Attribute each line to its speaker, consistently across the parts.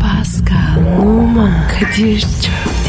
Speaker 1: Pascal, Oman, Kadir çok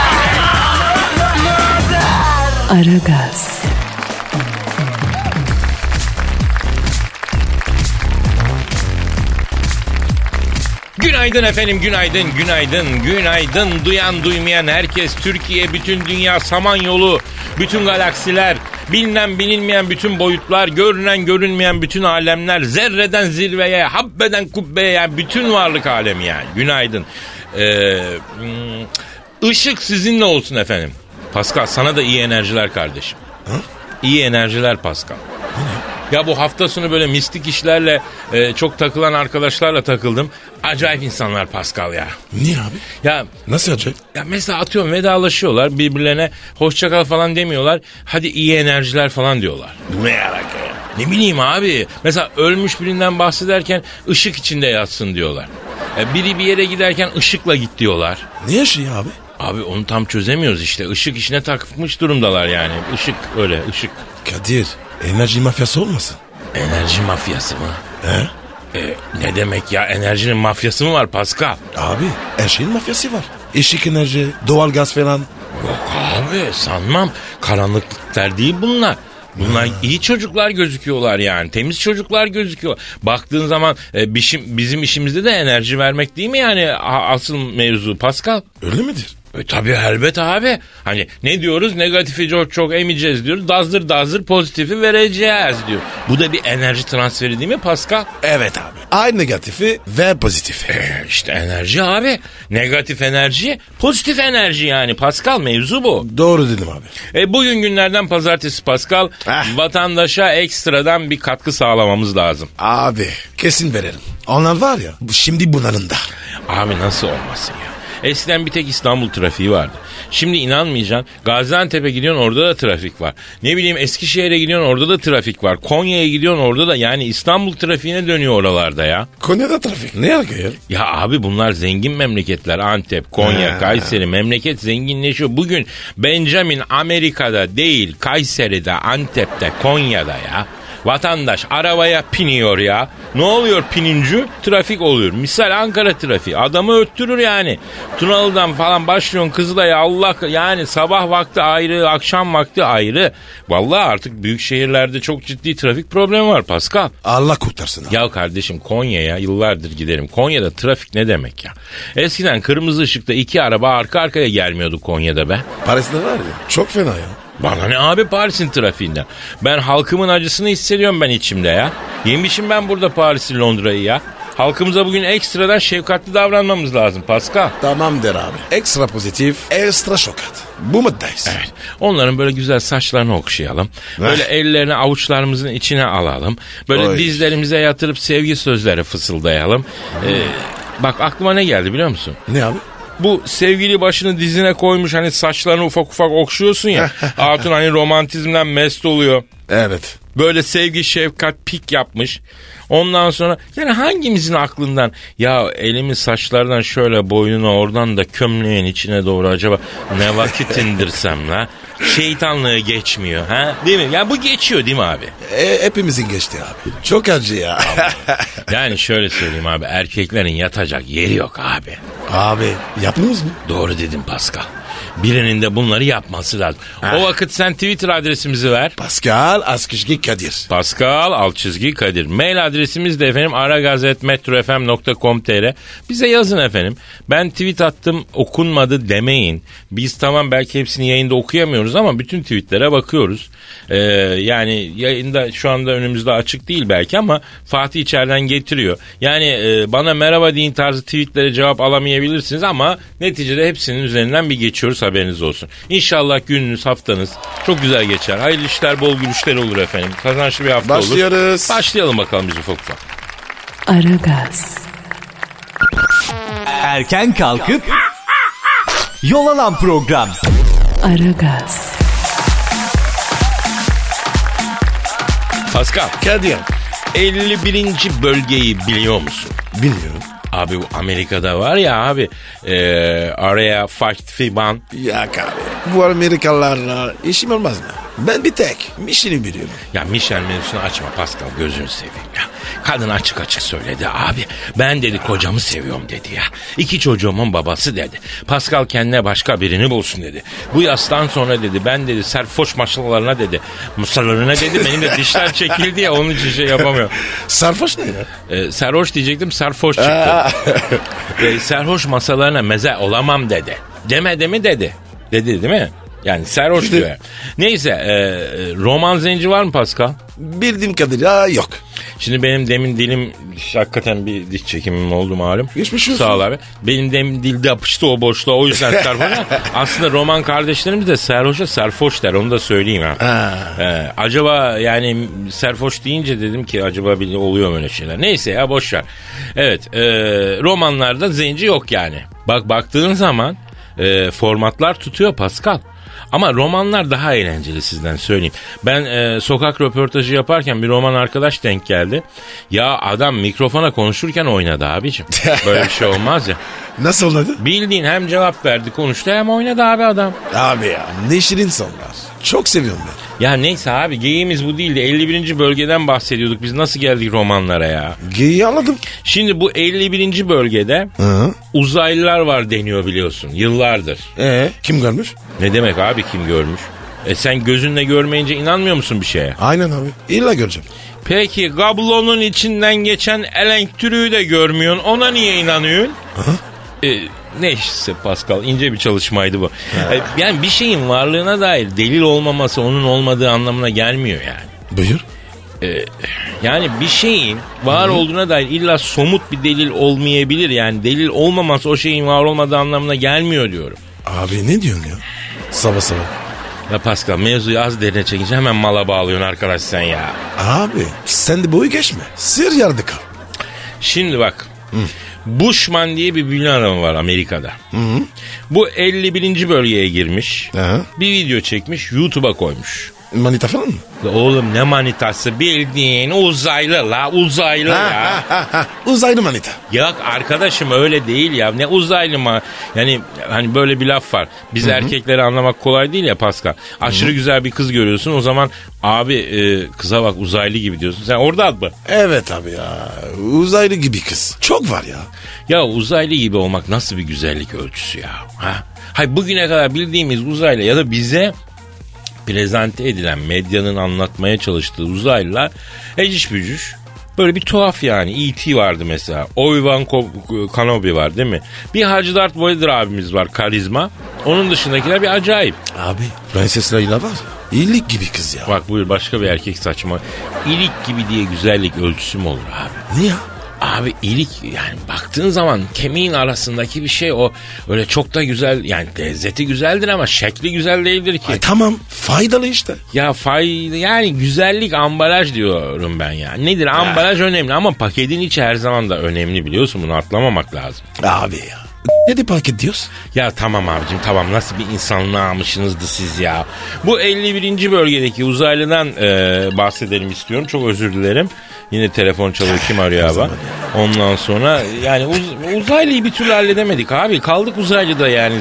Speaker 1: Aragaz,
Speaker 2: Günaydın efendim, günaydın, günaydın, günaydın. Duyan duymayan herkes, Türkiye, bütün dünya, Samanyolu, bütün galaksiler, bilinen bilinmeyen bütün boyutlar, görünen görünmeyen bütün alemler, zerreden zirveye, habbeden kubbeye, yani bütün varlık alemi yani. Günaydın. Ee, hmm, ışık sizinle olsun efendim. Pascal sana da iyi enerjiler kardeşim. İyi enerjiler Pascal. Ya bu hafta sonu böyle mistik işlerle e, çok takılan arkadaşlarla takıldım. Acayip insanlar Pascal ya.
Speaker 3: Niye abi?
Speaker 2: Ya
Speaker 3: Nasıl acayip?
Speaker 2: ya mesela atıyorum vedalaşıyorlar birbirlerine hoşça kal falan demiyorlar. Hadi iyi enerjiler falan diyorlar.
Speaker 3: Bu ne alaka ya?
Speaker 2: Ne bileyim abi. Mesela ölmüş birinden bahsederken ışık içinde yatsın diyorlar. E, biri bir yere giderken ışıkla git diyorlar.
Speaker 3: Niye şey abi?
Speaker 2: Abi onu tam çözemiyoruz işte. Işık işine takmış durumdalar yani. Işık öyle ışık.
Speaker 3: Kadir enerji mafyası olmasın?
Speaker 2: Enerji mafyası mı?
Speaker 3: He?
Speaker 2: E, ne demek ya enerjinin mafyası mı var Pascal?
Speaker 3: Abi her şeyin mafyası var. Işık enerji, doğal gaz falan.
Speaker 2: Yok abi sanmam. Karanlıklar değil bunlar. Bunlar iyi çocuklar gözüküyorlar yani. Temiz çocuklar gözüküyor. Baktığın zaman e, bizim, bizim işimizde de enerji vermek değil mi yani a- asıl mevzu Pascal?
Speaker 3: Öyle midir?
Speaker 2: E, tabii elbet abi. Hani ne diyoruz? Negatifi çok çok emeceğiz diyoruz. Dazdır dazdır pozitifi vereceğiz diyor. Bu da bir enerji transferi değil mi Pascal?
Speaker 3: Evet abi. Aynı negatifi ve pozitifi.
Speaker 2: E, İşte enerji abi. Negatif enerji, pozitif enerji yani. Pascal mevzu bu.
Speaker 3: Doğru dedim abi.
Speaker 2: E, bugün günlerden pazartesi Pascal.
Speaker 3: Ah.
Speaker 2: Vatandaşa ekstradan bir katkı sağlamamız lazım.
Speaker 3: Abi kesin verelim. Onlar var ya şimdi bunların da.
Speaker 2: Abi nasıl olmasın ya? Eskiden bir tek İstanbul trafiği vardı. Şimdi inanmayacaksın Gaziantep'e gidiyorsun orada da trafik var. Ne bileyim Eskişehir'e gidiyorsun orada da trafik var. Konya'ya gidiyorsun orada da yani İstanbul trafiğine dönüyor oralarda ya.
Speaker 3: Konya'da trafik. Ne alaka ya?
Speaker 2: Ya abi bunlar zengin memleketler. Antep, Konya,
Speaker 3: Ha.
Speaker 2: Kayseri memleket zenginleşiyor. Bugün Benjamin Amerika'da değil, Kayseri'de, Antep'te, Konya'da ya. Vatandaş arabaya piniyor ya. Ne oluyor pininci? Trafik oluyor. Misal Ankara trafiği. Adamı öttürür yani. Tunalı'dan falan başlıyorsun Kızılay'a Allah yani sabah vakti ayrı, akşam vakti ayrı. Vallahi artık büyük şehirlerde çok ciddi trafik problemi var Pascal.
Speaker 3: Allah kurtarsın abi.
Speaker 2: Ya kardeşim Konya'ya yıllardır giderim. Konya'da trafik ne demek ya? Eskiden kırmızı ışıkta iki araba arka arkaya gelmiyordu Konya'da be.
Speaker 3: Paris'te var ya. Çok fena ya.
Speaker 2: Bana ne abi Paris'in trafiğinden. Ben halkımın acısını hissediyorum ben içimde ya. Yemişim ben burada Paris'i Londra'yı ya. Halkımıza bugün ekstradan şefkatli davranmamız lazım Pascal.
Speaker 3: Tamamdır abi. Ekstra pozitif, ekstra şokat. Bu muddayız.
Speaker 2: Evet. Onların böyle güzel saçlarını okşayalım. Böyle ellerini avuçlarımızın içine alalım. Böyle
Speaker 3: Oy.
Speaker 2: dizlerimize yatırıp sevgi sözleri fısıldayalım. Ee, bak aklıma ne geldi biliyor musun?
Speaker 3: Ne abi?
Speaker 2: Bu sevgili başını dizine koymuş hani saçlarını ufak ufak okşuyorsun ya. Hatun hani romantizmden mest oluyor.
Speaker 3: Evet.
Speaker 2: Böyle sevgi şefkat pik yapmış. Ondan sonra yani hangimizin aklından ya elimi saçlardan şöyle boynuna oradan da kömleğin içine doğru acaba ne vakit indirsem la? Şeytanlığı geçmiyor ha değil mi? Ya bu geçiyor değil mi abi?
Speaker 3: E, hepimizin geçti abi. Çok acı ya.
Speaker 2: Yani şöyle söyleyeyim abi erkeklerin yatacak yeri yok abi.
Speaker 3: abi yaptınız mı?
Speaker 2: Doğru dedim Pascal. Birinin de bunları yapması lazım. O vakit sen Twitter adresimizi ver.
Speaker 3: Pascal Askışki Kadir.
Speaker 2: Pascal alt çizgi Kadir. Mail adresimiz de efendim aragazetmetrofm.com.tr Bize yazın efendim. Ben tweet attım okunmadı demeyin. Biz tamam belki hepsini yayında okuyamıyoruz ama bütün tweetlere bakıyoruz. Ee, yani yayında şu anda önümüzde açık değil belki ama Fatih içeriden getiriyor. Yani e, bana merhaba deyin tarzı tweetlere cevap alamayabilirsiniz ama neticede hepsinin üzerinden bir geçiyoruz haberiniz olsun. İnşallah gününüz haftanız çok güzel geçer. Hayırlı işler bol gülüşler olur efendim. Kazançlı bir hafta olur.
Speaker 3: Başlıyoruz.
Speaker 2: Başlayalım bakalım biz ufak ufak.
Speaker 1: Aragaz,
Speaker 4: Erken kalkıp yol alan program.
Speaker 1: Aragaz,
Speaker 2: Pascal,
Speaker 3: Kadir.
Speaker 2: 51. bölgeyi biliyor musun?
Speaker 3: Bilmiyorum.
Speaker 2: Abi bu Amerika'da var ya abi e, araya Fatfiban
Speaker 3: Ya Kadir. Bu Amerikalılarla işim olmaz mı? Ben bir tek. işini biliyorum.
Speaker 2: ya Michel mevzusunu açma Pascal gözünü seveyim ya. Kadın açık açık söyledi abi. Ben dedi kocamı seviyorum dedi ya. İki çocuğumun babası dedi. Pascal kendine başka birini bulsun dedi. Bu yaştan sonra dedi ben dedi serfoş maşalarına dedi. Mısırlarına dedi benim de dişler çekildi ya onun için şey yapamıyorum.
Speaker 3: Sarhoş ne ya?
Speaker 2: Ee, serhoş diyecektim serfoş çıktı. Ee, serhoş masalarına meze olamam dedi. Demedi mi dedi. Dedi değil mi? Yani serhoş diyor. Neyse e, roman zenci var mı Pascal?
Speaker 3: Bildiğim kadarıyla yok.
Speaker 2: Şimdi benim demin dilim hakikaten bir diş çekimim oldu malum.
Speaker 3: Geçmiş olsun.
Speaker 2: Sağ ol abi. Benim demin dilde apıştı o boşluğa o yüzden serhoşa. Aslında roman kardeşlerimiz de serhoşa serfoş der onu da söyleyeyim ha. Ee, acaba yani serfoş deyince dedim ki acaba bir oluyor mu öyle şeyler. Neyse ya boş ver. Evet e, romanlarda zenci yok yani. Bak baktığın zaman e, formatlar tutuyor Pascal. Ama romanlar daha eğlenceli sizden söyleyeyim. Ben e, sokak röportajı yaparken bir roman arkadaş denk geldi. Ya adam mikrofona konuşurken oynadı abicim. Böyle bir şey olmaz ya.
Speaker 3: Nasıl oldu?
Speaker 2: Bildiğin hem cevap verdi konuştu hem oynadı abi adam.
Speaker 3: Abi ya ne şirin sonlar. Çok seviyorum ben.
Speaker 2: Ya neyse abi geyiğimiz bu değildi. 51. bölgeden bahsediyorduk. Biz nasıl geldik romanlara ya?
Speaker 3: Geyi anladım.
Speaker 2: Şimdi bu 51. bölgede
Speaker 3: Hı.
Speaker 2: uzaylılar var deniyor biliyorsun. Yıllardır.
Speaker 3: Ee? Kim görmüş?
Speaker 2: Ne demek abi kim görmüş? E sen gözünle görmeyince inanmıyor musun bir şeye?
Speaker 3: Aynen abi. İlla göreceğim.
Speaker 2: Peki kablonun içinden geçen elektriği de görmüyorsun. Ona niye inanıyorsun? E, neyse Pascal ince bir çalışmaydı bu. E, yani bir şeyin varlığına dair delil olmaması onun olmadığı anlamına gelmiyor yani.
Speaker 3: Buyur.
Speaker 2: Yani bir şeyin var olduğuna dair illa somut bir delil olmayabilir. Yani delil olmaması o şeyin var olmadığı anlamına gelmiyor diyorum.
Speaker 3: Abi ne diyorsun ya? Sabah sabah.
Speaker 2: Ya Pascal mevzuyu az derine çekince hemen mala bağlıyorsun arkadaş sen ya.
Speaker 3: Abi sen de boyu geçme. Sır yardı kal.
Speaker 2: Şimdi bak. Bushman diye bir bilim adamı var Amerika'da. Bu 51. bölgeye girmiş.
Speaker 3: Hı.
Speaker 2: Bir video çekmiş YouTube'a koymuş.
Speaker 3: Manita falan mı?
Speaker 2: La Oğlum ne manitası bildiğin uzaylı la uzaylı ya.
Speaker 3: Uzaylı manita.
Speaker 2: Ya arkadaşım öyle değil ya. Ne uzaylı mı? Yani hani böyle bir laf var. Biz erkekleri anlamak kolay değil ya Pascal. Aşırı güzel bir kız görüyorsun. O zaman abi e, kıza bak uzaylı gibi diyorsun. Sen orada at mı?
Speaker 3: Evet abi ya. Uzaylı gibi kız. Çok var ya.
Speaker 2: Ya uzaylı gibi olmak nasıl bir güzellik ölçüsü ya? Ha? Hay bugüne kadar bildiğimiz uzaylı ya da bize prezente edilen medyanın anlatmaya çalıştığı uzaylılar eciş bücüş. Böyle bir tuhaf yani. E.T. vardı mesela. Obi-Wan Ko- Kenobi var değil mi? Bir Hacı Darth Vader abimiz var karizma. Onun dışındakiler bir acayip.
Speaker 3: Abi Prenses Leyla var. İyilik gibi kız ya.
Speaker 2: Bak buyur başka bir erkek saçma. İlik gibi diye güzellik ölçüsü mü olur abi?
Speaker 3: Ne ya?
Speaker 2: Abi ilik yani baktığın zaman kemiğin arasındaki bir şey o öyle çok da güzel yani lezzeti güzeldir ama şekli güzel değildir ki.
Speaker 3: Ay E, tamam faydalı işte.
Speaker 2: Ya fayda yani güzellik ambalaj diyorum ben ya. Nedir ambalaj önemli ama paketin içi her zaman da önemli biliyorsun bunu atlamamak lazım.
Speaker 3: Abi ya. Ne de paket diyoruz?
Speaker 2: Ya tamam abicim tamam nasıl bir insanlığa almışsınızdı siz ya. Bu 51. bölgedeki uzaylıdan e, bahsedelim istiyorum. Çok özür dilerim. Yine telefon çalıyor kim arıyor abi? Ondan sonra yani uz- uzaylıyı bir türlü halledemedik abi. Kaldık uzaylıda yani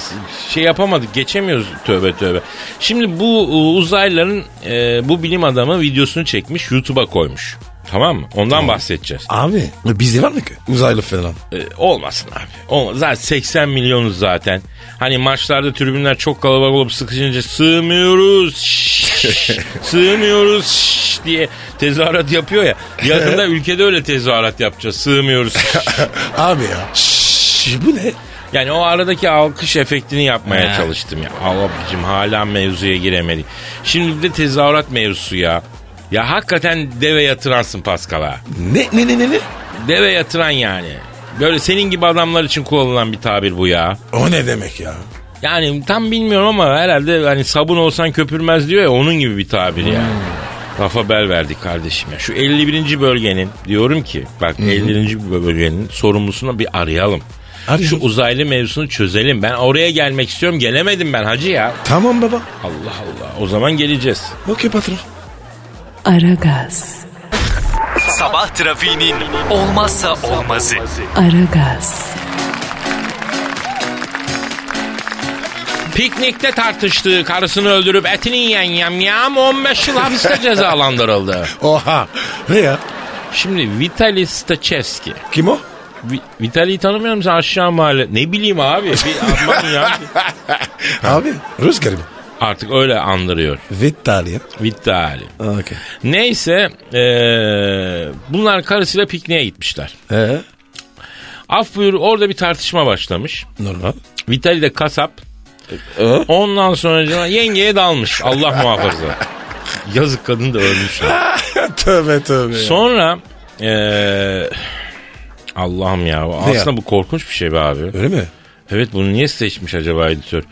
Speaker 2: şey yapamadık geçemiyoruz tövbe tövbe. Şimdi bu e, uzaylıların e, bu bilim adamı videosunu çekmiş YouTube'a koymuş. Tamam mı? Ondan bahsedeceğiz.
Speaker 3: Abi E, bizde var mı ki? Uzaylı falan.
Speaker 2: E, olmasın abi. Olmaz. Zaten 80 milyonuz zaten. Hani maçlarda tribünler çok kalabalık olup sıkışınca sığmıyoruz. şşş, sığmıyoruz şşş diye tezahürat yapıyor ya. Yakında ülkede öyle tezahürat yapacağız. Sığmıyoruz. şşş.
Speaker 3: Abi ya. Şşş, bu ne?
Speaker 2: yani o aradaki alkış efektini yapmaya çalıştım ya. Allah'ım hala mevzuya giremedik. Şimdi bir de tezahürat mevzusu ya. Ya hakikaten deve yatıransın Paskal'a.
Speaker 3: Ne ne ne ne? ne?
Speaker 2: Deve yatıran yani. Böyle senin gibi adamlar için kullanılan bir tabir bu ya.
Speaker 3: O ne demek ya?
Speaker 2: Yani tam bilmiyorum ama herhalde hani sabun olsan köpürmez diyor ya onun gibi bir tabir yani. Rafa bel verdik kardeşim ya. Şu 51. bölgenin diyorum ki bak 51. bölgenin sorumlusunu bir arayalım. Şu
Speaker 3: Arıyorum.
Speaker 2: uzaylı mevzusunu çözelim. Ben oraya gelmek istiyorum. Gelemedim ben hacı ya.
Speaker 3: Tamam baba.
Speaker 2: Allah Allah. O zaman geleceğiz.
Speaker 3: Okey patron.
Speaker 1: Aragaz,
Speaker 4: Sabah trafiğinin olmazsa olmazı.
Speaker 1: Aragaz,
Speaker 2: Piknikte tartıştığı karısını öldürüp etini yiyen yamyam 15 yıl hapiste cezalandırıldı.
Speaker 3: Oha. Ne ya?
Speaker 2: Şimdi Vitali Stachevski.
Speaker 3: Kim o?
Speaker 2: Vi- Vitali'yi tanımıyor musun aşağı mahalle? Ne bileyim abi. Bir anlam ya.
Speaker 3: Abi. Rus garibi.
Speaker 2: Artık öyle andırıyor.
Speaker 3: Vitali ya.
Speaker 2: Vitali.
Speaker 3: Okey.
Speaker 2: Neyse eee, bunlar karısıyla pikniğe gitmişler.
Speaker 3: Ee?
Speaker 2: Af buyur orada bir tartışma başlamış.
Speaker 3: Normal.
Speaker 2: Vitali de kasap. Ondan sonra yengeye dalmış. Allah muhafaza. Yazık kadın da ölmüş. ya.
Speaker 3: tövbe tövbe. ya.
Speaker 2: Sonra eee, Allah'ım ya aslında
Speaker 3: ya?
Speaker 2: bu korkunç bir şey be abi.
Speaker 3: Öyle mi?
Speaker 2: Evet bunu niye seçmiş acaba editör?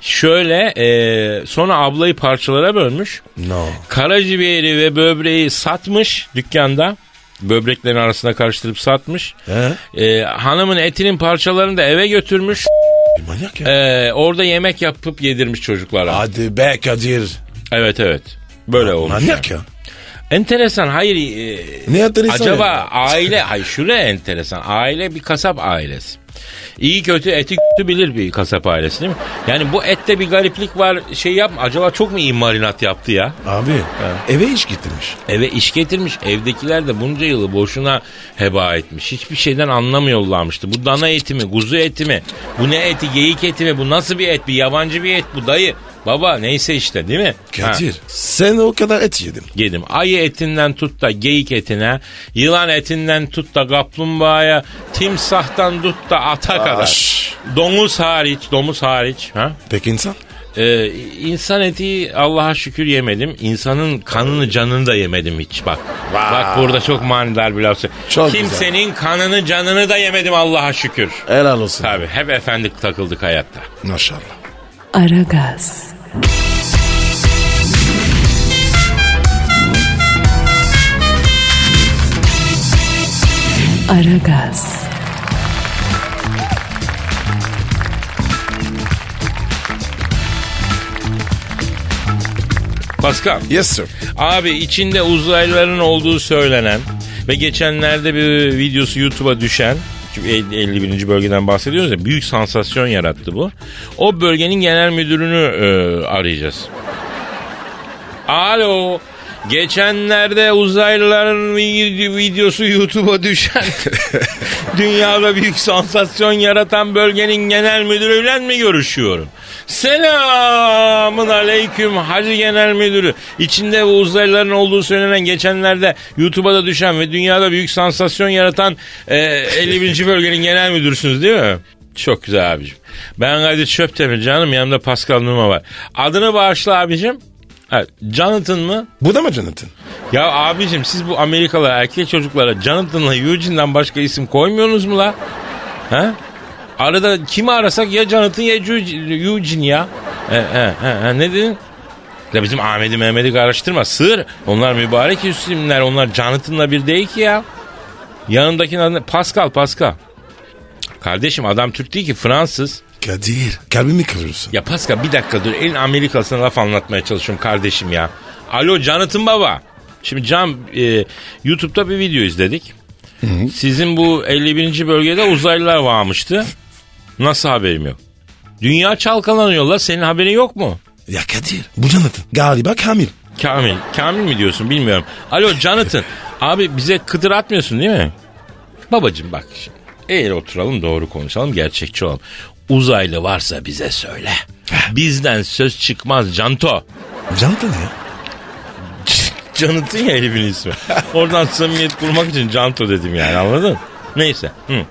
Speaker 2: Şöyle eee, sonra ablayı parçalara bölmüş.
Speaker 3: No.
Speaker 2: Karaciğeri ve böbreği satmış dükkanda. Böbreklerin arasında karıştırıp satmış.
Speaker 3: He?
Speaker 2: Ee, hanımın etinin parçalarını da eve götürmüş.
Speaker 3: Manyak ya.
Speaker 2: Ee, orada yemek yapıp yedirmiş çocuklara.
Speaker 3: Eh, Hadi be Kadir.
Speaker 2: Evet evet. Böyle olmuş. yani.
Speaker 3: Manyak ya.
Speaker 2: Enteresan. Hayır. e,
Speaker 3: Ne yaptın insan
Speaker 2: acaba
Speaker 3: ya?
Speaker 2: aile. Hayır şuraya enteresan. Aile bir kasap ailesi. İyi kötü eti kötü bilir bir kasap ailesi değil mi? Yani bu ette bir gariplik var. Şey yap. Acaba çok mu iyi marinat yaptı ya?
Speaker 3: Abi eve iş getirmiş.
Speaker 2: Eve iş getirmiş. Evdekiler de bunca yılı boşuna heba etmiş. Hiçbir şeyden anlamıyorlarmıştı. Bu dana eti mi, kuzu eti mi? Bu ne eti, geyik eti mi? Bu nasıl bir et? Bir yabancı bir et bu dayı. Baba neyse işte değil mi?
Speaker 3: Kadir
Speaker 2: Ha,
Speaker 3: sen o kadar et yedin.
Speaker 2: yedim. Ayı etinden tut da geyik etine, yılan etinden tut da kaplumbağaya, timsahtan tut da ata kadar.
Speaker 3: Aş.
Speaker 2: Domuz hariç, domuz hariç. Ha?
Speaker 3: Peki insan?
Speaker 2: Ee, insan eti Allah'a şükür yemedim. İnsanın kanını canını da yemedim hiç bak. Bak burada çok manidar bir laf. söylüyor.
Speaker 3: Çok
Speaker 2: Kimsenin kanını canını da yemedim Allah'a şükür.
Speaker 3: Helal olsun.
Speaker 2: Tabi hep efendik takıldık hayatta.
Speaker 3: Maşallah.
Speaker 1: Aragaz, Aragaz,
Speaker 2: Pascal
Speaker 3: Yes sir.
Speaker 2: abi içinde uzaylıların olduğu söylenen ve geçenlerde bir videosu YouTube'a düşen çünkü 50 51. bölgeden bahsediyoruz ya büyük sansasyon yarattı bu. O bölgenin genel müdürünü e, arayacağız. Alo. Geçenlerde uzaylıların vi- videosu YouTube'a düşen dünyada büyük sansasyon yaratan bölgenin genel müdürüyle mi görüşüyorum? Selamın aleyküm Hacı Genel Müdürü. İçinde bu uzaylıların olduğu söylenen geçenlerde YouTube'a da düşen ve dünyada büyük sansasyon yaratan e, 51. bölgenin genel müdürsünüz değil mi? Çok güzel abicim. Ben Kadir Çöptemir canım yanımda Pascal Numa var. Adını bağışla abicim. Ha, Jonathan mı?
Speaker 3: Bu da mı Jonathan?
Speaker 2: Ya abicim siz bu Amerikalı erkek çocuklara Jonathan'la Eugene'den başka isim koymuyorsunuz mu la? Ha? Arada kimi arasak ya Jonathan ya Ju- Eugene ya. He, he, he, he, ne dedin? Ya bizim Ahmet'i Mehmet'i karıştırma sığır. Onlar mübarek isimler onlar Jonathan'la bir değil ki ya. Yanındakinin adı ne? Pascal Pascal. Kardeşim adam Türk değil ki Fransız.
Speaker 3: Kadir. Kalbimi kırıyorsun.
Speaker 2: Ya Pascal bir dakika dur. Elin Amerikasına laf anlatmaya çalışıyorum kardeşim ya. Alo Canıt'ın baba. Şimdi Can e, YouTube'da bir video izledik. Sizin bu 51. bölgede uzaylılar varmıştı. Nasıl haberim yok? Dünya çalkalanıyor la senin haberin yok mu?
Speaker 3: Ya Kadir. Bu Jonathan. Galiba Kamil.
Speaker 2: Kamil, Kamil mi diyorsun bilmiyorum. Alo Canıt'ın. Abi bize kıdır atmıyorsun değil mi? Babacım bak şimdi. Eğer oturalım doğru konuşalım gerçekçi olalım. Uzaylı varsa bize söyle. Bizden söz çıkmaz Canto.
Speaker 3: Jonathan ya.
Speaker 2: Canıt'ın ya herifin ismi. Oradan samimiyet kurmak için Canto dedim yani anladın? Neyse. Hı.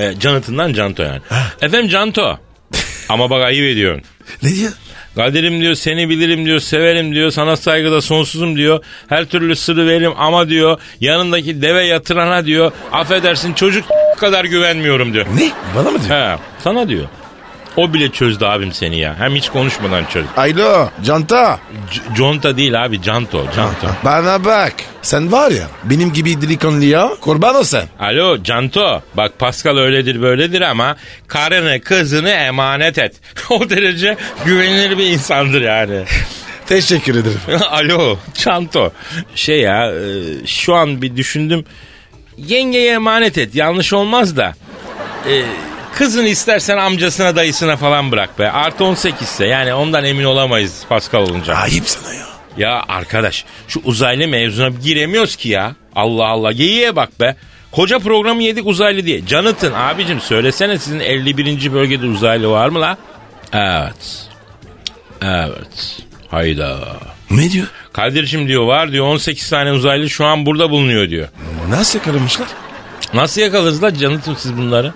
Speaker 2: E, Canıt'ından Canto yani. Efendim Canto. Ama bak ayıp ediyorsun.
Speaker 3: Ne diyor?
Speaker 2: Kadir'im diyor seni bilirim diyor severim diyor sana saygıda sonsuzum diyor. Her türlü sırrı veririm ama diyor yanındaki deve yatırana diyor affedersin çocuk kadar güvenmiyorum diyor.
Speaker 3: Ne? Bana mı diyor?
Speaker 2: He, sana diyor. O bile çözdü abim seni ya. Hem hiç konuşmadan çözdü.
Speaker 3: Alo Canta
Speaker 2: C- conta değil abi canto. Canto.
Speaker 3: bana bak. Sen var ya benim gibi delikanlıya kurban ol sen.
Speaker 2: Alo Canto bak Pascal öyledir böyledir ama karını kızını emanet et. o derece güvenilir bir insandır yani.
Speaker 3: Teşekkür ederim.
Speaker 2: Alo Canto şey ya e, şu an bir düşündüm yengeye emanet et yanlış olmaz da e, kızını istersen amcasına dayısına falan bırak be artı 18 ise yani ondan emin olamayız Pascal olunca.
Speaker 3: Ayıp sana ya.
Speaker 2: Ya arkadaş şu uzaylı mevzuna giremiyoruz ki ya. Allah Allah geyiğe bak be. Koca programı yedik uzaylı diye. Jonathan abicim söylesene sizin 51. bölgede uzaylı var mı la? Evet. Evet. Hayda.
Speaker 3: Ne diyor?
Speaker 2: Kadir'cim diyor var diyor 18 tane uzaylı şu an burada bulunuyor diyor.
Speaker 3: Nasıl yakalamışlar?
Speaker 2: Nasıl yakalarız la Jonathan siz bunları?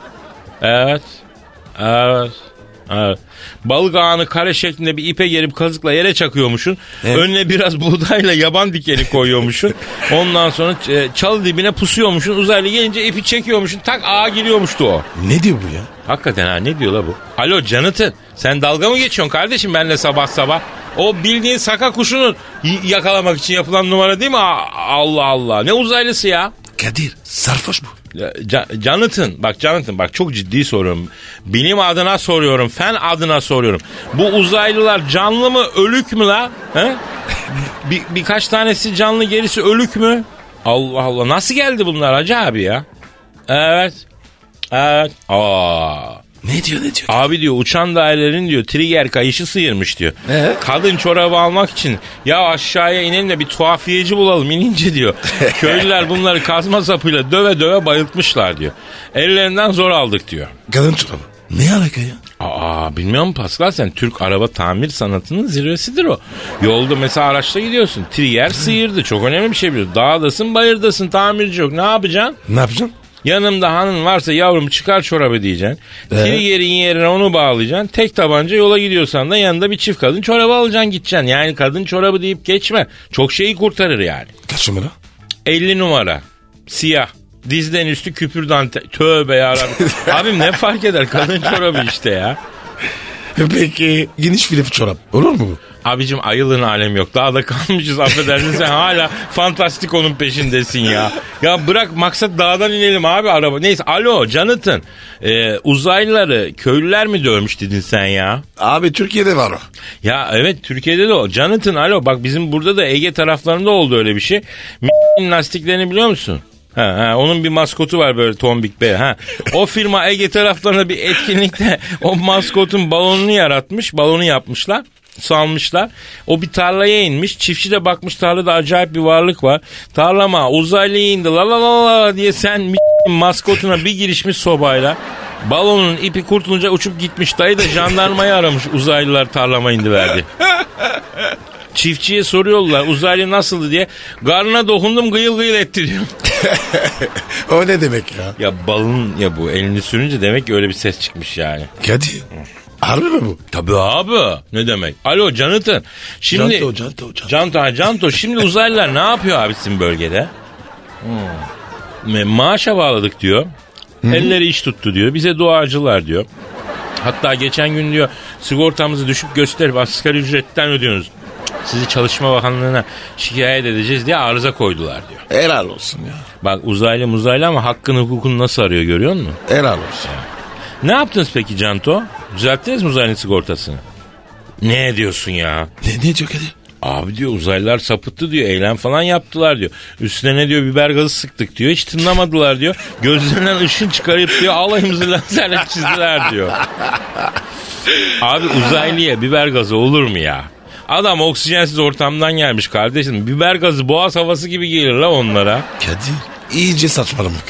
Speaker 2: Evet. Evet. Evet. Balık ağını kare şeklinde bir ipe gerip kazıkla yere çakıyormuşsun.
Speaker 3: Evet.
Speaker 2: Önüne biraz buğdayla yaban dikeni koyuyormuşsun. Ondan sonra e, çalı dibine pusuyormuşsun. Uzaylı gelince ipi çekiyormuşsun. Tak ağa giriyormuştu o.
Speaker 3: Ne diyor bu ya?
Speaker 2: Hakikaten ha ne diyor la bu? Alo Jonathan sen dalga mı geçiyorsun kardeşim benimle sabah sabah? O bildiğin saka kuşunu y- yakalamak için yapılan numara değil mi? A- Allah Allah ne uzaylısı ya?
Speaker 3: Kadir sarhoş bu.
Speaker 2: Ya, Ca- Jonathan bak Jonathan bak çok ciddi soruyorum. Bilim adına soruyorum. Fen adına soruyorum. Bu uzaylılar canlı mı ölük mü la? He? Bir, birkaç tanesi canlı gerisi ölük mü? Allah Allah nasıl geldi bunlar hacı abi ya? Evet. Evet. Aa.
Speaker 3: Ne diyor ne diyor?
Speaker 2: Abi diyor uçan dairelerin diyor trigger kayışı sıyırmış diyor.
Speaker 3: Ee?
Speaker 2: Kadın çorabı almak için ya aşağıya inelim de bir tuhafiyeci bulalım inince diyor. Köylüler bunları kazma sapıyla döve döve bayıltmışlar diyor. Ellerinden zor aldık diyor.
Speaker 3: Kadın çorabı. Ne alaka ya?
Speaker 2: Aa bilmiyor musun Pascal sen Türk araba tamir sanatının zirvesidir o. Yolda mesela araçta gidiyorsun. Trigger sıyırdı. Çok önemli bir şey biliyor. Dağdasın bayırdasın tamirci yok. Ne yapacaksın?
Speaker 3: Ne yapacaksın?
Speaker 2: Yanımda hanım varsa yavrum çıkar çorabı diyeceksin. Trigger'in yerine onu bağlayacaksın. Tek tabanca yola gidiyorsan da yanında bir çift kadın çorabı alacaksın gideceksin. Yani kadın çorabı deyip geçme. Çok şeyi kurtarır yani.
Speaker 3: Kaç numara?
Speaker 2: 50 numara. Siyah. Dizden üstü küpür dante. Tövbe yarabbim. Abim ne fark eder kadın çorabı işte ya.
Speaker 3: Peki geniş filip çorap. Olur mu bu?
Speaker 2: Abicim ayılın alem yok. Daha da kalmışız affedersin sen hala fantastik onun peşindesin ya. Ya bırak maksat dağdan inelim abi araba. Neyse alo Canıt'ın e, uzaylıları köylüler mi dövmüş dedin sen ya?
Speaker 3: Abi Türkiye'de var o.
Speaker 2: Ya evet Türkiye'de de o. Canıt'ın alo bak bizim burada da Ege taraflarında oldu öyle bir şey. M***'in lastiklerini biliyor musun? Ha, ha, onun bir maskotu var böyle tombik be. Ha. O firma Ege taraflarında bir etkinlikte o maskotun balonunu yaratmış. Balonu yapmışlar salmışlar. O bir tarlaya inmiş. Çiftçi de bakmış tarlada acayip bir varlık var. Tarlama uzaylı indi la la la la diye sen m***in maskotuna bir girişmiş sobayla. Balonun ipi kurtulunca uçup gitmiş. Dayı da jandarmayı aramış. Uzaylılar tarlama indiverdi. Çiftçiye soruyorlar uzaylı nasıldı diye. Garına dokundum gıyıl gıyıl etti diyor.
Speaker 3: O ne demek ya?
Speaker 2: Ya balın ya bu elini sürünce demek ki öyle bir ses çıkmış yani.
Speaker 3: Kadir. Harbi mi bu?
Speaker 2: Tabii abi. Ne demek? Alo Canıt'ın. Şimdi
Speaker 3: Canto, canto, canto.
Speaker 2: Canto, Canto. Şimdi uzaylılar ne yapıyor abisin bölgede? Hmm. E, Maaşa bağladık diyor. Elleri iş tuttu diyor. Bize duacılar diyor. Hatta geçen gün diyor sigortamızı düşüp gösterip asgari ücretten ödüyorsunuz. Cık, Sizi Çalışma Bakanlığı'na şikayet edeceğiz diye arıza koydular diyor.
Speaker 3: Helal olsun ya.
Speaker 2: Bak uzaylı muzaylı ama hakkını hukukunu nasıl arıyor görüyor musun?
Speaker 3: Helal olsun.
Speaker 2: Ne yaptınız peki Canto? Düzelttiniz mi uzaylının sigortasını? Ne diyorsun ya?
Speaker 3: Ne, ne diyor Kadir?
Speaker 2: Abi diyor uzaylılar sapıttı diyor. Eylem falan yaptılar diyor. Üstüne ne diyor biber gazı sıktık diyor. Hiç tınlamadılar diyor. Gözlerinden ışın çıkarıp diyor alayımızı lazerle çizdiler diyor. Abi uzaylıya biber gazı olur mu ya? Adam oksijensiz ortamdan gelmiş kardeşim. Biber gazı boğaz havası gibi gelir la onlara.
Speaker 3: Kadir. İyice saçmalamak.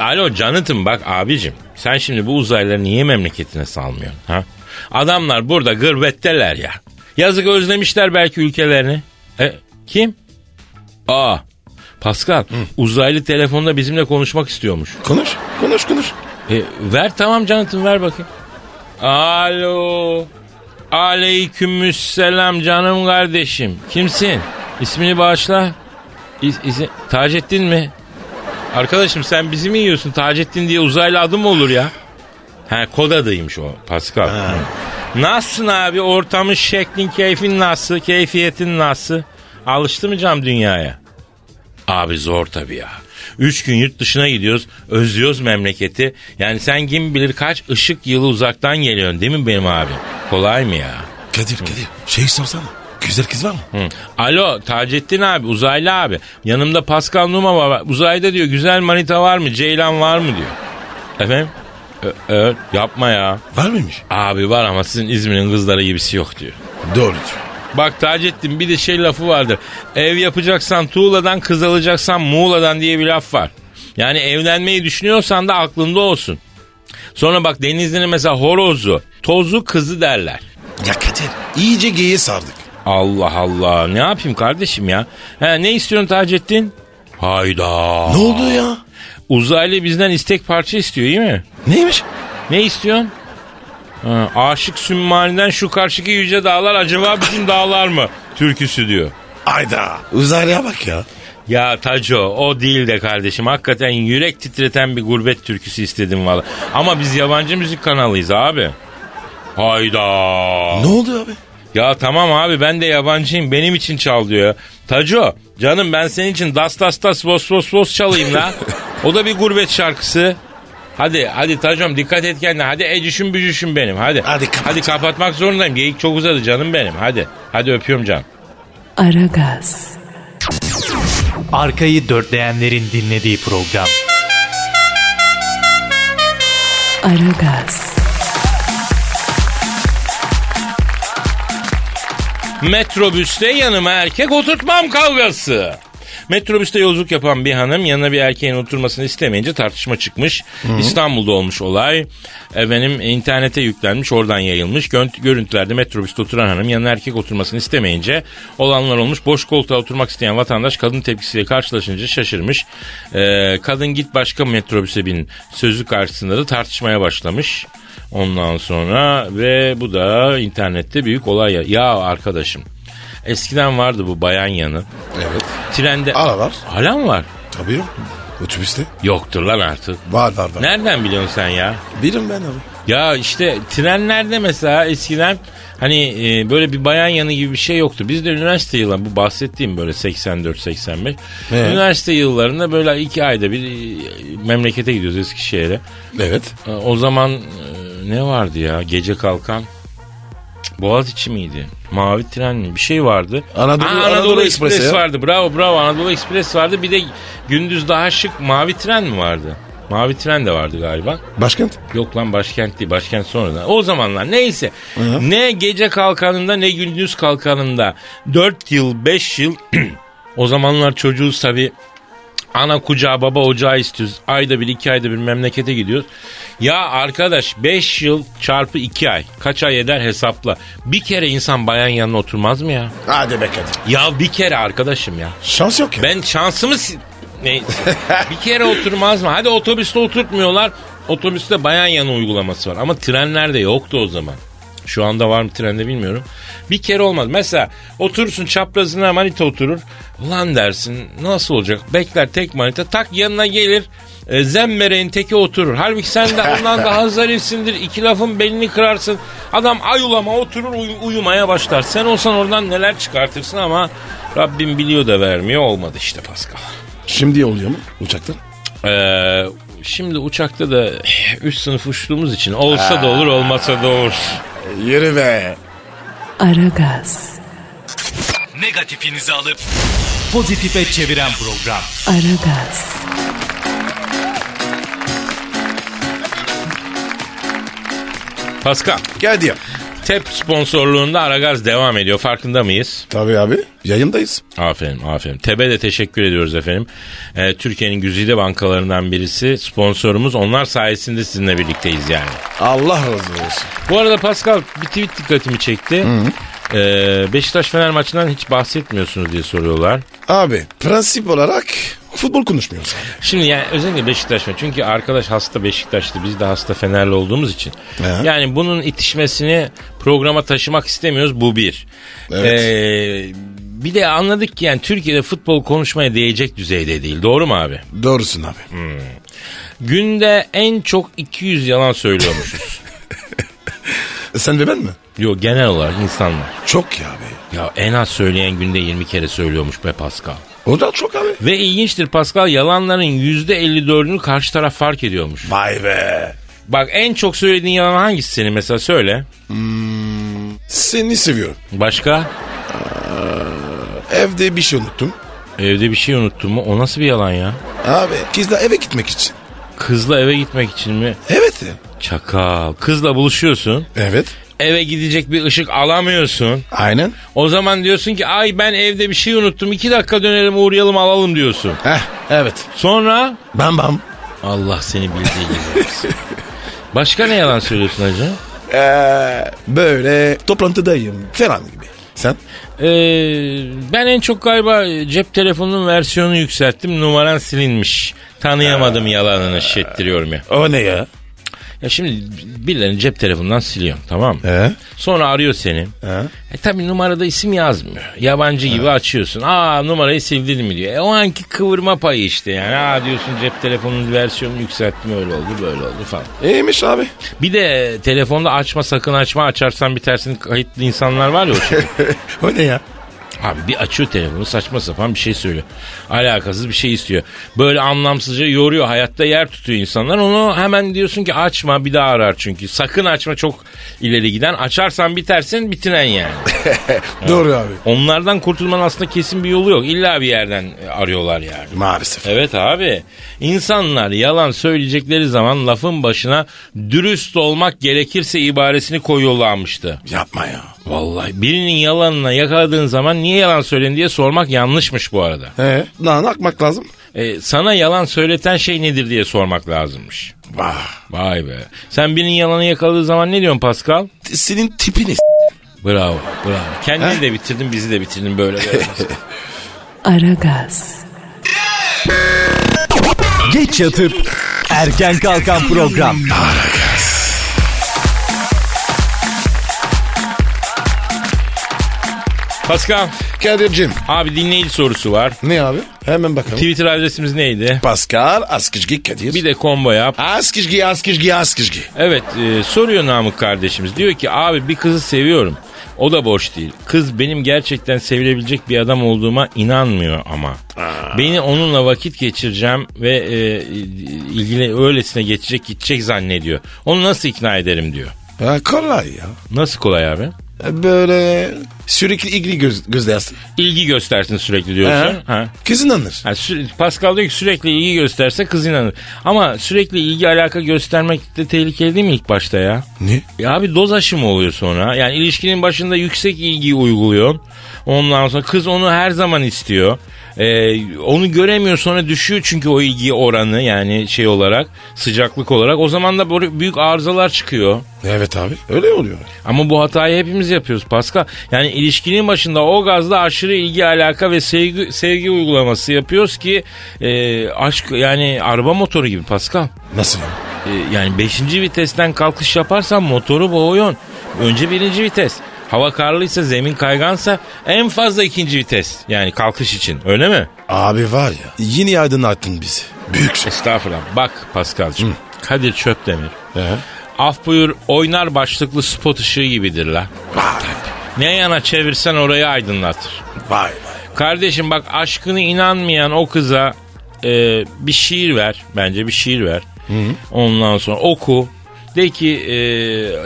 Speaker 2: Alo Canıt'ım bak abicim. Sen şimdi bu uzaylıları niye memleketine salmıyorsun? Ha? Adamlar burada gırbetteler ya. Yazık özlemişler belki ülkelerini. E, kim? Aa Pascal uzaylı telefonda bizimle konuşmak istiyormuş.
Speaker 3: Konuş, konuş, konuş.
Speaker 2: E, ver tamam Canıt'ım ver bakayım. Alo. Aleykümselam canım kardeşim. Kimsin? İsmini bağışla. İz, izi- Taceddin mi? Arkadaşım sen bizi mi yiyorsun? Taceddin diye uzaylı adı mı olur ya? Ha kod adıymış o Pascal. Hı. Nasılsın abi? Ortamın şeklin, keyfin nasıl? Keyfiyetin nasıl? Alıştı mı cam dünyaya? Abi zor tabii ya. Üç gün yurt dışına gidiyoruz. Özlüyoruz memleketi. Yani sen kim bilir kaç ışık yılı uzaktan geliyorsun değil mi benim abi? Kolay mı ya?
Speaker 3: Kadir Kadir şey sorsana. Güzel kız var mı?
Speaker 2: Hı. Alo Taceddin abi uzaylı abi. Yanımda Pascal Numa var. Uzayda diyor güzel manita var mı? Ceylan var mı diyor. Efendim? Ö- evet yapma ya.
Speaker 3: Var mıymış?
Speaker 2: Abi var ama sizin İzmir'in kızları gibisi yok diyor.
Speaker 3: Doğru.
Speaker 2: Bak Taceddin bir de şey lafı vardır. Ev yapacaksan Tuğla'dan kız alacaksan Muğla'dan diye bir laf var. Yani evlenmeyi düşünüyorsan da aklında olsun. Sonra bak Denizli'nin mesela horozu, tozu kızı derler.
Speaker 3: Ya Kadir iyice geyiğe sardık.
Speaker 2: Allah Allah ne yapayım kardeşim ya? He, ne istiyorsun Taceddin? Hayda.
Speaker 3: Ne oldu ya?
Speaker 2: Uzaylı bizden istek parça istiyor iyi mi?
Speaker 3: Neymiş?
Speaker 2: Ne istiyorsun? Ha, aşık Sümmani'den şu karşıki yüce dağlar acaba bizim dağlar mı? Türküsü diyor.
Speaker 3: Ayda. Uzaylıya bak ya.
Speaker 2: Ya Taco o değil de kardeşim hakikaten yürek titreten bir gurbet türküsü istedim valla. Ama biz yabancı müzik kanalıyız abi. Hayda.
Speaker 3: Ne oldu abi?
Speaker 2: Ya tamam abi ben de yabancıyım benim için çal diyor. ya. Taco canım ben senin için das das das vos vos vos çalayım la. o da bir gurbet şarkısı. Hadi hadi Tacom dikkat et kendine. Hadi ecüşüm bücüşüm benim hadi.
Speaker 3: Hadi kapat.
Speaker 2: Hadi kapatmak zorundayım. Geyik çok uzadı canım benim. Hadi. Hadi öpüyorum canım.
Speaker 1: Aragaz,
Speaker 4: Arkayı dörtleyenlerin dinlediği program.
Speaker 1: Aragaz,
Speaker 2: Metrobüste yanıma erkek oturtmam kavgası. Metrobüste yolculuk yapan bir hanım yanına bir erkeğin oturmasını istemeyince tartışma çıkmış. İstanbul'da olmuş olay. Efendim internete yüklenmiş oradan yayılmış. Gön- Görüntülerde metrobüste oturan hanım yanına erkek oturmasını istemeyince olanlar olmuş. Boş koltuğa oturmak isteyen vatandaş kadın tepkisiyle karşılaşınca şaşırmış. Ee, kadın git başka metrobüse bin sözü karşısında da tartışmaya başlamış. Ondan sonra ve bu da internette büyük olay. Ya, ya arkadaşım eskiden vardı bu bayan yanı.
Speaker 3: Evet.
Speaker 2: Trende...
Speaker 3: Ara var.
Speaker 2: Hala mı var?
Speaker 3: Tabii yok. Otobüste.
Speaker 2: Yoktur lan artık.
Speaker 3: Var var var.
Speaker 2: Nereden biliyorsun sen ya?
Speaker 3: Birim ben abi.
Speaker 2: Ya işte trenlerde mesela eskiden hani e, böyle bir bayan yanı gibi bir şey yoktu. Biz de üniversite yıllarında bu bahsettiğim böyle 84-85.
Speaker 3: Evet.
Speaker 2: Üniversite yıllarında böyle iki ayda bir e, memlekete gidiyoruz Eskişehir'e.
Speaker 3: Evet.
Speaker 2: E, O zaman e, ne vardı ya gece kalkan? Cık, Boğaziçi miydi? Mavi tren mi? Bir şey vardı.
Speaker 3: Anadolu- Anadolu
Speaker 2: Express
Speaker 3: Ekspresi ya.
Speaker 2: vardı. Bravo bravo Anadolu Express vardı. Bir de gündüz daha şık mavi tren mi vardı? Mavi tren de vardı galiba.
Speaker 3: Başkent.
Speaker 2: Yok lan başkent değil başkent sonradan. O zamanlar neyse. Ne gece kalkanında ne gündüz kalkanında. 4 yıl 5 yıl o zamanlar çocuğuz tabii. Ana kucağı baba ocağı istiyoruz. Ayda bir iki ayda bir memlekete gidiyoruz. Ya arkadaş 5 yıl çarpı 2 ay. Kaç ay eder hesapla. Bir kere insan bayan yanına oturmaz mı ya?
Speaker 3: Hadi be Kadir.
Speaker 2: Ya bir kere arkadaşım ya.
Speaker 3: Şans yok ya.
Speaker 2: Ben şansımı si- Neyse. bir kere oturmaz mı? Hadi otobüste oturtmuyorlar. Otobüste bayan yanı uygulaması var. Ama trenlerde yoktu o zaman. Şu anda var mı trende bilmiyorum. Bir kere olmaz. Mesela oturursun çaprazına manita oturur. Ulan dersin nasıl olacak? Bekler tek manita tak yanına gelir. E, zembereğin teki oturur. Halbuki sen de ondan daha zarifsindir. İki lafın belini kırarsın. Adam ayulama oturur uy- uyumaya başlar. Sen olsan oradan neler çıkartırsın ama Rabbim biliyor da vermiyor. Olmadı işte Pascal.
Speaker 3: Şimdi oluyor mu uçaktan?
Speaker 2: Ee, şimdi uçakta da üst sınıf uçtuğumuz için olsa da olur olmasa da olur.
Speaker 3: Yürü be.
Speaker 1: Aragaz,
Speaker 4: Negatifinizi alıp pozitife çeviren program.
Speaker 1: Aragaz,
Speaker 2: Pascal,
Speaker 3: Kadir.
Speaker 2: TEP sponsorluğunda Aragaz devam ediyor. Farkında mıyız?
Speaker 3: Tabii abi. Yayındayız.
Speaker 2: Aferin, aferin. TEB'e de teşekkür ediyoruz efendim. Ee, Türkiye'nin güzide bankalarından birisi sponsorumuz. Onlar sayesinde sizinle birlikteyiz yani.
Speaker 3: Allah razı olsun.
Speaker 2: Bu arada Pascal bir tweet dikkatimi çekti. Ee, Beşiktaş Fener maçından hiç bahsetmiyorsunuz diye soruyorlar.
Speaker 3: Abi prensip olarak futbol konuşmuyoruz abi.
Speaker 2: Şimdi yani özellikle Beşiktaş maçı. Çünkü arkadaş hasta Beşiktaşlı biz de hasta Fenerli olduğumuz için.
Speaker 3: He.
Speaker 2: Yani bunun itişmesini programa taşımak istemiyoruz bu bir.
Speaker 3: Evet.
Speaker 2: Ee, bir de anladık ki yani Türkiye'de futbol konuşmaya değecek düzeyde değil. Doğru mu abi?
Speaker 3: Doğrusun abi.
Speaker 2: Günde en çok 200 yalan söylüyormuşuz.
Speaker 3: E, Sen ve ben mi?
Speaker 2: Yo genel olarak insanlar.
Speaker 3: Çok ya abi.
Speaker 2: Ya en az söyleyen günde 20 kere söylüyormuş be Pascal.
Speaker 3: O da çok abi.
Speaker 2: Ve ilginçtir Pascal yalanların %54'ünü karşı taraf fark ediyormuş.
Speaker 3: Vay be.
Speaker 2: Bak en çok söylediğin yalan hangisi senin mesela söyle.
Speaker 3: Seni seviyorum.
Speaker 2: Başka?
Speaker 3: Evde bir şey unuttum.
Speaker 2: Evde bir şey unuttun mu? O nasıl bir yalan ya?
Speaker 3: Abi kızla eve gitmek için.
Speaker 2: Kızla eve gitmek için mi?
Speaker 3: Evet.
Speaker 2: Çakal. Kızla buluşuyorsun.
Speaker 3: Evet.
Speaker 2: Eve gidecek bir ışık alamıyorsun.
Speaker 3: Aynen.
Speaker 2: O zaman diyorsun ki ay ben evde bir şey unuttum. iki dakika dönelim uğrayalım alalım diyorsun.
Speaker 3: Heh, evet.
Speaker 2: Sonra
Speaker 3: Bam bam.
Speaker 2: Allah seni bildiği gibi yapsın. Başka ne yalan söylüyorsun hacı?
Speaker 3: Ee, böyle toplantıdayım falan gibi. Sen?
Speaker 2: Ee, ben en çok galiba cep telefonunun versiyonunu yükselttim. Numaran silinmiş. Tanıyamadım yalanını şişettiriyorum ya.
Speaker 3: O ne ya?
Speaker 2: Ya şimdi birilerinin cep telefonundan siliyorsun tamam mı?
Speaker 3: Ee?
Speaker 2: Sonra arıyor seni. E tabi numarada isim yazmıyor. Yabancı gibi açıyorsun. Aa numarayı sildin mi diyor. E o anki kıvırma payı işte yani. Aa diyorsun cep telefonunun versiyonunu yükselttim öyle oldu böyle oldu falan.
Speaker 3: İyiymiş abi.
Speaker 2: Bir de telefonda açma sakın açma açarsan bitersin kayıtlı insanlar var ya o şey.
Speaker 3: o ne ya?
Speaker 2: Abi bir açıyor telefonu saçma sapan bir şey söylüyor. Alakasız bir şey istiyor. Böyle anlamsızca yoruyor. Hayatta yer tutuyor insanlar. Onu hemen diyorsun ki açma bir daha arar çünkü. Sakın açma çok ileri giden. Açarsan bitersin bitiren yani.
Speaker 3: Doğru abi.
Speaker 2: Onlardan kurtulmanın aslında kesin bir yolu yok. İlla bir yerden e, arıyorlar yani.
Speaker 3: Maalesef.
Speaker 2: Evet abi. İnsanlar yalan söyleyecekleri zaman lafın başına dürüst olmak gerekirse ibaresini koyuyorlarmıştı.
Speaker 3: Yapma ya.
Speaker 2: Vallahi birinin yalanına yakaladığın zaman niye yalan söyledin diye sormak yanlışmış bu arada.
Speaker 3: Ee? Lan akmak lazım.
Speaker 2: E, sana yalan söyleten şey nedir diye sormak lazımmış.
Speaker 3: Vah.
Speaker 2: Vay be. Sen birinin yalanı yakaladığı zaman ne diyorsun Pascal?
Speaker 3: T- Senin tipini s-
Speaker 2: Bravo, bravo. Kendini de bitirdin, bizi de bitirdin böyle. böyle.
Speaker 1: Aragaz,
Speaker 4: Geç yatıp erken kalkan program.
Speaker 2: Pascal,
Speaker 3: Kadir'cim.
Speaker 2: abi dinleyici sorusu var.
Speaker 3: Ne abi? Hemen bakalım.
Speaker 2: Twitter adresimiz neydi?
Speaker 3: Pascal Askizgi Kadir.
Speaker 2: Bir de combo yap.
Speaker 3: Askizgi Askizgi Askizgi.
Speaker 2: Evet e, soruyor Namık kardeşimiz. Diyor ki abi bir kızı seviyorum. O da boş değil. Kız benim gerçekten sevilebilecek bir adam olduğuma inanmıyor ama. Beni onunla vakit geçireceğim ve e, ilgili öylesine geçecek gidecek zannediyor. Onu nasıl ikna ederim diyor.
Speaker 3: Ha, kolay ya.
Speaker 2: Nasıl kolay abi?
Speaker 3: Böyle sürekli ilgili göz, gözlersin.
Speaker 2: İlgi göstersin sürekli diyorsun. Ha.
Speaker 3: Kızın anır.
Speaker 2: Ha, sü- Pascal diyor ki sürekli ilgi gösterse kız inanır. Ama sürekli ilgi alaka göstermek de tehlikeli değil mi ilk başta ya?
Speaker 3: Ne?
Speaker 2: Ya abi doz aşımı oluyor sonra. Yani ilişkinin başında yüksek ilgiyi uyguluyor. Ondan sonra kız onu her zaman istiyor. Ee, onu göremiyor sonra düşüyor çünkü o ilgi oranı yani şey olarak sıcaklık olarak. O zaman da böyle büyük arızalar çıkıyor.
Speaker 3: Evet abi. Öyle oluyor.
Speaker 2: Ama bu hatayı hepimiz yapıyoruz Pascal. Yani ilişkinin başında o gazla aşırı ilgi alaka ve sevgi sevgi uygulaması yapıyoruz ki e, aşk yani araba motoru gibi Pascal.
Speaker 3: Nasıl ya?
Speaker 2: E, yani 5. vitesten kalkış yaparsan motoru boğuyorsun. Önce birinci vites. Hava karlıysa, zemin kaygansa en fazla ikinci vites. Yani kalkış için öyle mi?
Speaker 3: Abi var ya. Yeni aydınlattın bizi. Büyük şey.
Speaker 2: Estağfurullah. Bak Pascal'cığım. Kadir Çöpdemir.
Speaker 3: Ee?
Speaker 2: Af buyur oynar başlıklı spot ışığı gibidir la.
Speaker 3: Vay.
Speaker 2: Ne yana çevirsen orayı aydınlatır.
Speaker 3: Vay.
Speaker 2: Kardeşim bak aşkını inanmayan o kıza e, bir şiir ver. Bence bir şiir ver. Ondan sonra oku. De ki e,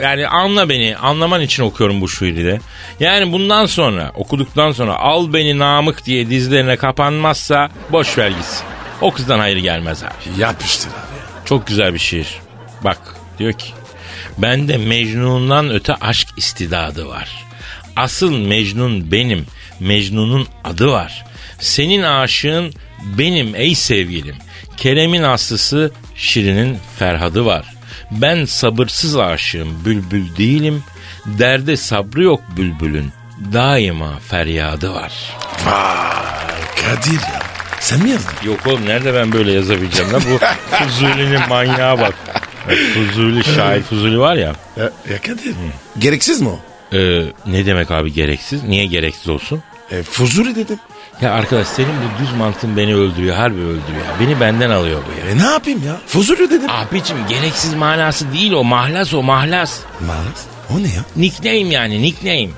Speaker 2: yani anla beni anlaman için okuyorum bu şiiri de. Yani bundan sonra okuduktan sonra al beni namık diye dizlerine kapanmazsa boş ver gitsin. O kızdan hayır gelmez abi.
Speaker 3: Yapıştır abi.
Speaker 2: Çok güzel bir şiir. Bak diyor ki bende Mecnun'dan öte aşk istidadı var. Asıl Mecnun benim. Mecnun'un adı var. Senin aşığın benim ey sevgilim. Kerem'in aslısı Şirin'in Ferhad'ı var. Ben sabırsız aşığım bülbül değilim. Derde sabrı yok bülbülün. Daima feryadı var.
Speaker 3: Vay. Kadir ya. Sen mi yazdın?
Speaker 2: Yok oğlum nerede ben böyle yazabileceğim lan bu Fuzuli'nin manyağı bak. Bak, Fuzuli, şair Fuzuli var ya. e,
Speaker 3: Ya, ya Kadir. Gereksiz mi o?
Speaker 2: Ee, ne demek abi gereksiz? Niye gereksiz olsun?
Speaker 3: E, Fuzuli dedim.
Speaker 2: Ya arkadaş senin bu düz mantığın beni öldürüyor. Harbi öldürüyor. Beni benden alıyor bu ya.
Speaker 3: E ne yapayım ya? Fuzuli dedim.
Speaker 2: Abicim gereksiz manası değil o. Mahlas o mahlas.
Speaker 3: Manas. O ne ya?
Speaker 2: Nickname yani nickname.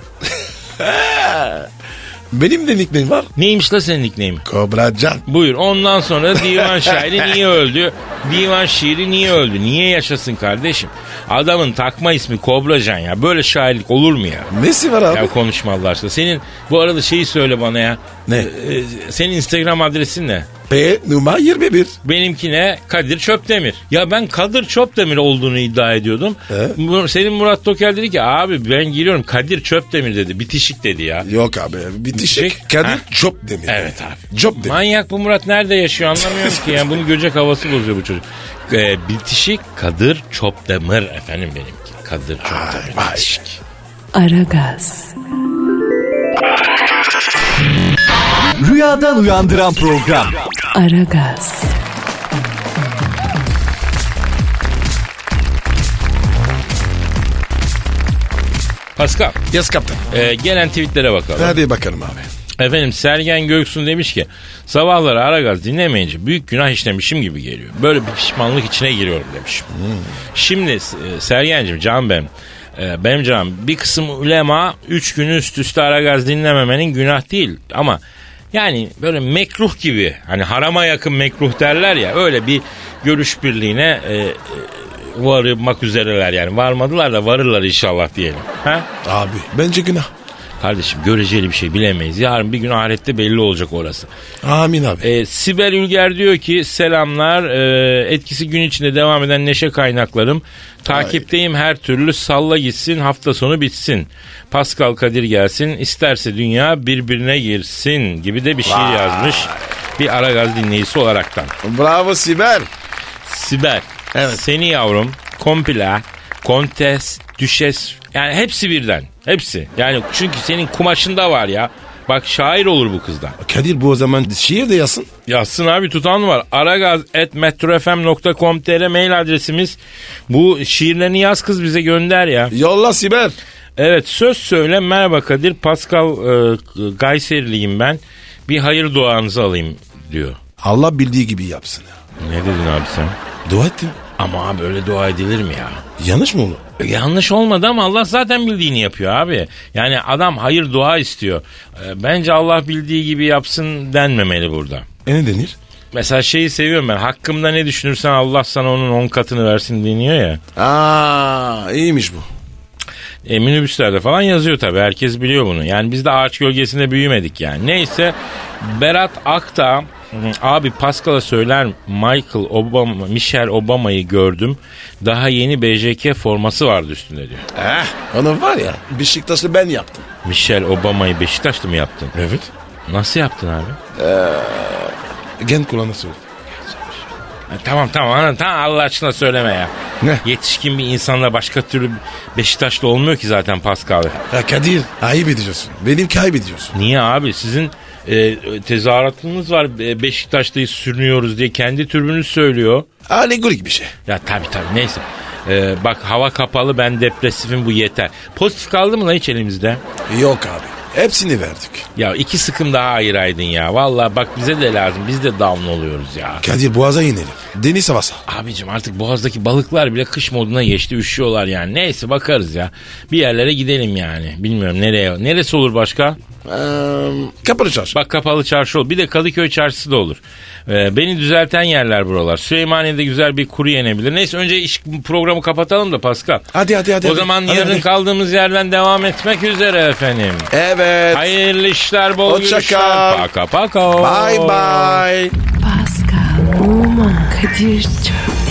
Speaker 3: Benim de nickname var.
Speaker 2: Neymiş la senin nickname'in?
Speaker 3: Kobra Can.
Speaker 2: Buyur ondan sonra divan şairi niye öldü? Divan şiiri niye öldü? Niye yaşasın kardeşim? Adamın takma ismi Kobracan ya. Böyle şairlik olur mu ya?
Speaker 3: Nesi var abi?
Speaker 2: Ya konuşma Allah aşkına. Senin bu arada şeyi söyle bana ya.
Speaker 3: Ne?
Speaker 2: Ee, senin Instagram adresin ne?
Speaker 3: P numara 21.
Speaker 2: Benimki ne? Kadir Çöpdemir. Ya ben Kadir Çöpdemir olduğunu iddia ediyordum.
Speaker 3: He?
Speaker 2: Mu- Senin Murat Toker dedi ki abi ben giriyorum Kadir Çöpdemir dedi. Bitişik dedi ya.
Speaker 3: Yok abi bitişik.
Speaker 2: Bitişik.
Speaker 3: Kadir
Speaker 2: Ha.
Speaker 3: Job demir.
Speaker 2: Evet abi.
Speaker 3: Job demir.
Speaker 2: Manyak bu Murat nerede yaşıyor anlamıyorum ki. Yani bunu göcek havası bozuyor bu çocuk. Ee, bitişik Kadir Çöpdemir efendim benimki. Kadir Çöpdemir.
Speaker 3: vay.
Speaker 2: Bitişik.
Speaker 1: Aragaz,
Speaker 4: Rüyadan uyandıran program.
Speaker 1: Aragaz,
Speaker 2: Pascal
Speaker 3: Yes kaptan.
Speaker 2: e, gelen tweetlere bakalım.
Speaker 3: Hadi bakalım abi.
Speaker 2: Efendim Sergen Göksun demiş ki sabahları Aragaz dinlemeyince büyük günah işlemişim gibi geliyor. Böyle bir pişmanlık içine giriyorum demiş. Şimdi e, Sergen'cim canım benim. e, Benim canım bir kısım ulema 3 gün üst üste Aragaz dinlememenin günah değil ama yani böyle mekruh gibi hani harama yakın mekruh derler ya öyle bir görüş birliğine e, e, varmak üzereler yani varmadılar da varırlar inşallah diyelim. Ha?
Speaker 3: Abi bence günah.
Speaker 2: Kardeşim göreceli bir şey bilemeyiz. Yarın bir gün ahirette belli olacak orası.
Speaker 3: Amin abi.
Speaker 2: Ee, Sibel Ülger diyor ki selamlar. Ee, etkisi gün içinde devam eden neşe kaynaklarım. Takipteyim her türlü salla gitsin hafta sonu bitsin. Pascal Kadir gelsin isterse dünya birbirine girsin gibi de bir şiir yazmış. Bir Aragaz dinleyicisi olaraktan.
Speaker 3: E, Bravo Sibel.
Speaker 2: Sibel.
Speaker 3: Evet.
Speaker 2: Seni yavrum. Kompila. Kontes. Düşes. Yani hepsi birden. Hepsi. Yani çünkü senin kumaşında var ya. Bak şair olur bu kızdan.
Speaker 3: Kadir bu o zaman şiir de yazsın.
Speaker 2: Yazsın abi tutan var. aragaz.metrofm.com.tr mail adresimiz. Bu şiirlerini yaz kız bize gönder ya.
Speaker 3: Yolla Sibel.
Speaker 2: Evet söz söyle merhaba Kadir. Pascal e, Gayseriliyim ben. Bir hayır duanızı alayım diyor.
Speaker 3: Allah bildiği gibi yapsın. ya.
Speaker 2: Ne dedin abi sen?
Speaker 3: Dua ettim.
Speaker 2: Ama abi öyle dua edilir mi ya?
Speaker 3: Yanlış mı oldu?
Speaker 2: Yanlış olmadı ama Allah zaten bildiğini yapıyor abi. Yani adam hayır dua istiyor. E, Bence Allah bildiği gibi yapsın denmemeli burada.
Speaker 3: E ne denir?
Speaker 2: Mesela şeyi seviyorum ben. Hakkımda ne düşünürsen Allah sana onun on katını versin deniyor ya.
Speaker 3: Aa iyiymiş bu.
Speaker 2: E, minibüslerde falan yazıyor tabii. Herkes biliyor bunu. Yani biz de ağaç gölgesinde büyümedik yani. Neyse Berat Akta abi Pascal'a söyler Michael Obama, Michelle Obama'yı gördüm. Daha yeni BJK forması vardı üstünde diyor.
Speaker 3: Eh, onu var ya Beşiktaşlı ben yaptım.
Speaker 2: Michelle Obama'yı Beşiktaşlı mı yaptın?
Speaker 3: Evet.
Speaker 2: Nasıl yaptın abi?
Speaker 3: Gen kulağına söyle.
Speaker 2: Ha, Tamam tamam anladım. Tamam Allah aşkına söyleme ya.
Speaker 3: Ne?
Speaker 2: Yetişkin bir insanla başka türlü Beşiktaşlı olmuyor ki zaten Pascal.
Speaker 3: Ya Kadir ayıp ediyorsun. Benim kaybediyorsun.
Speaker 2: Niye abi? Sizin e, tezahüratınız var. Be- Beşiktaşlıyı sürünüyoruz diye kendi türbünü söylüyor.
Speaker 3: Alegorik bir şey.
Speaker 2: Ya tabii tabii neyse. E, bak hava kapalı ben depresifim bu yeter. Pozitif kaldı mı lan hiç elimizde?
Speaker 3: Yok abi. Hepsini verdik.
Speaker 2: Ya iki sıkım daha ayıraydın ya. Vallahi bak bize de lazım. Biz de down oluyoruz ya.
Speaker 3: Kadir boğaza inelim. Deniz havası.
Speaker 2: Abicim artık boğazdaki balıklar bile kış moduna geçti. Üşüyorlar yani. Neyse bakarız ya. Bir yerlere gidelim yani. Bilmiyorum nereye. Neresi olur başka?
Speaker 3: Ee, kapalı çarşı.
Speaker 2: Bak kapalı çarşı olur. Bir de Kadıköy çarşısı da olur. Ee, beni düzelten yerler buralar. Süleymaniye'de güzel bir kuru yenebilir. Neyse önce iş programı kapatalım da Pascal.
Speaker 3: Hadi hadi hadi.
Speaker 2: o
Speaker 3: hadi.
Speaker 2: zaman
Speaker 3: Hadi,
Speaker 2: yarın
Speaker 3: hadi.
Speaker 2: kaldığımız yerden devam etmek üzere efendim.
Speaker 3: Evet.
Speaker 2: Hayırlı işler, bol
Speaker 3: Hoşça
Speaker 2: görüşler.
Speaker 3: kal.
Speaker 2: Paka paka.
Speaker 3: Bye bye.
Speaker 1: Pascal, Oman, Kadir çok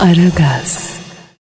Speaker 1: Aragaz.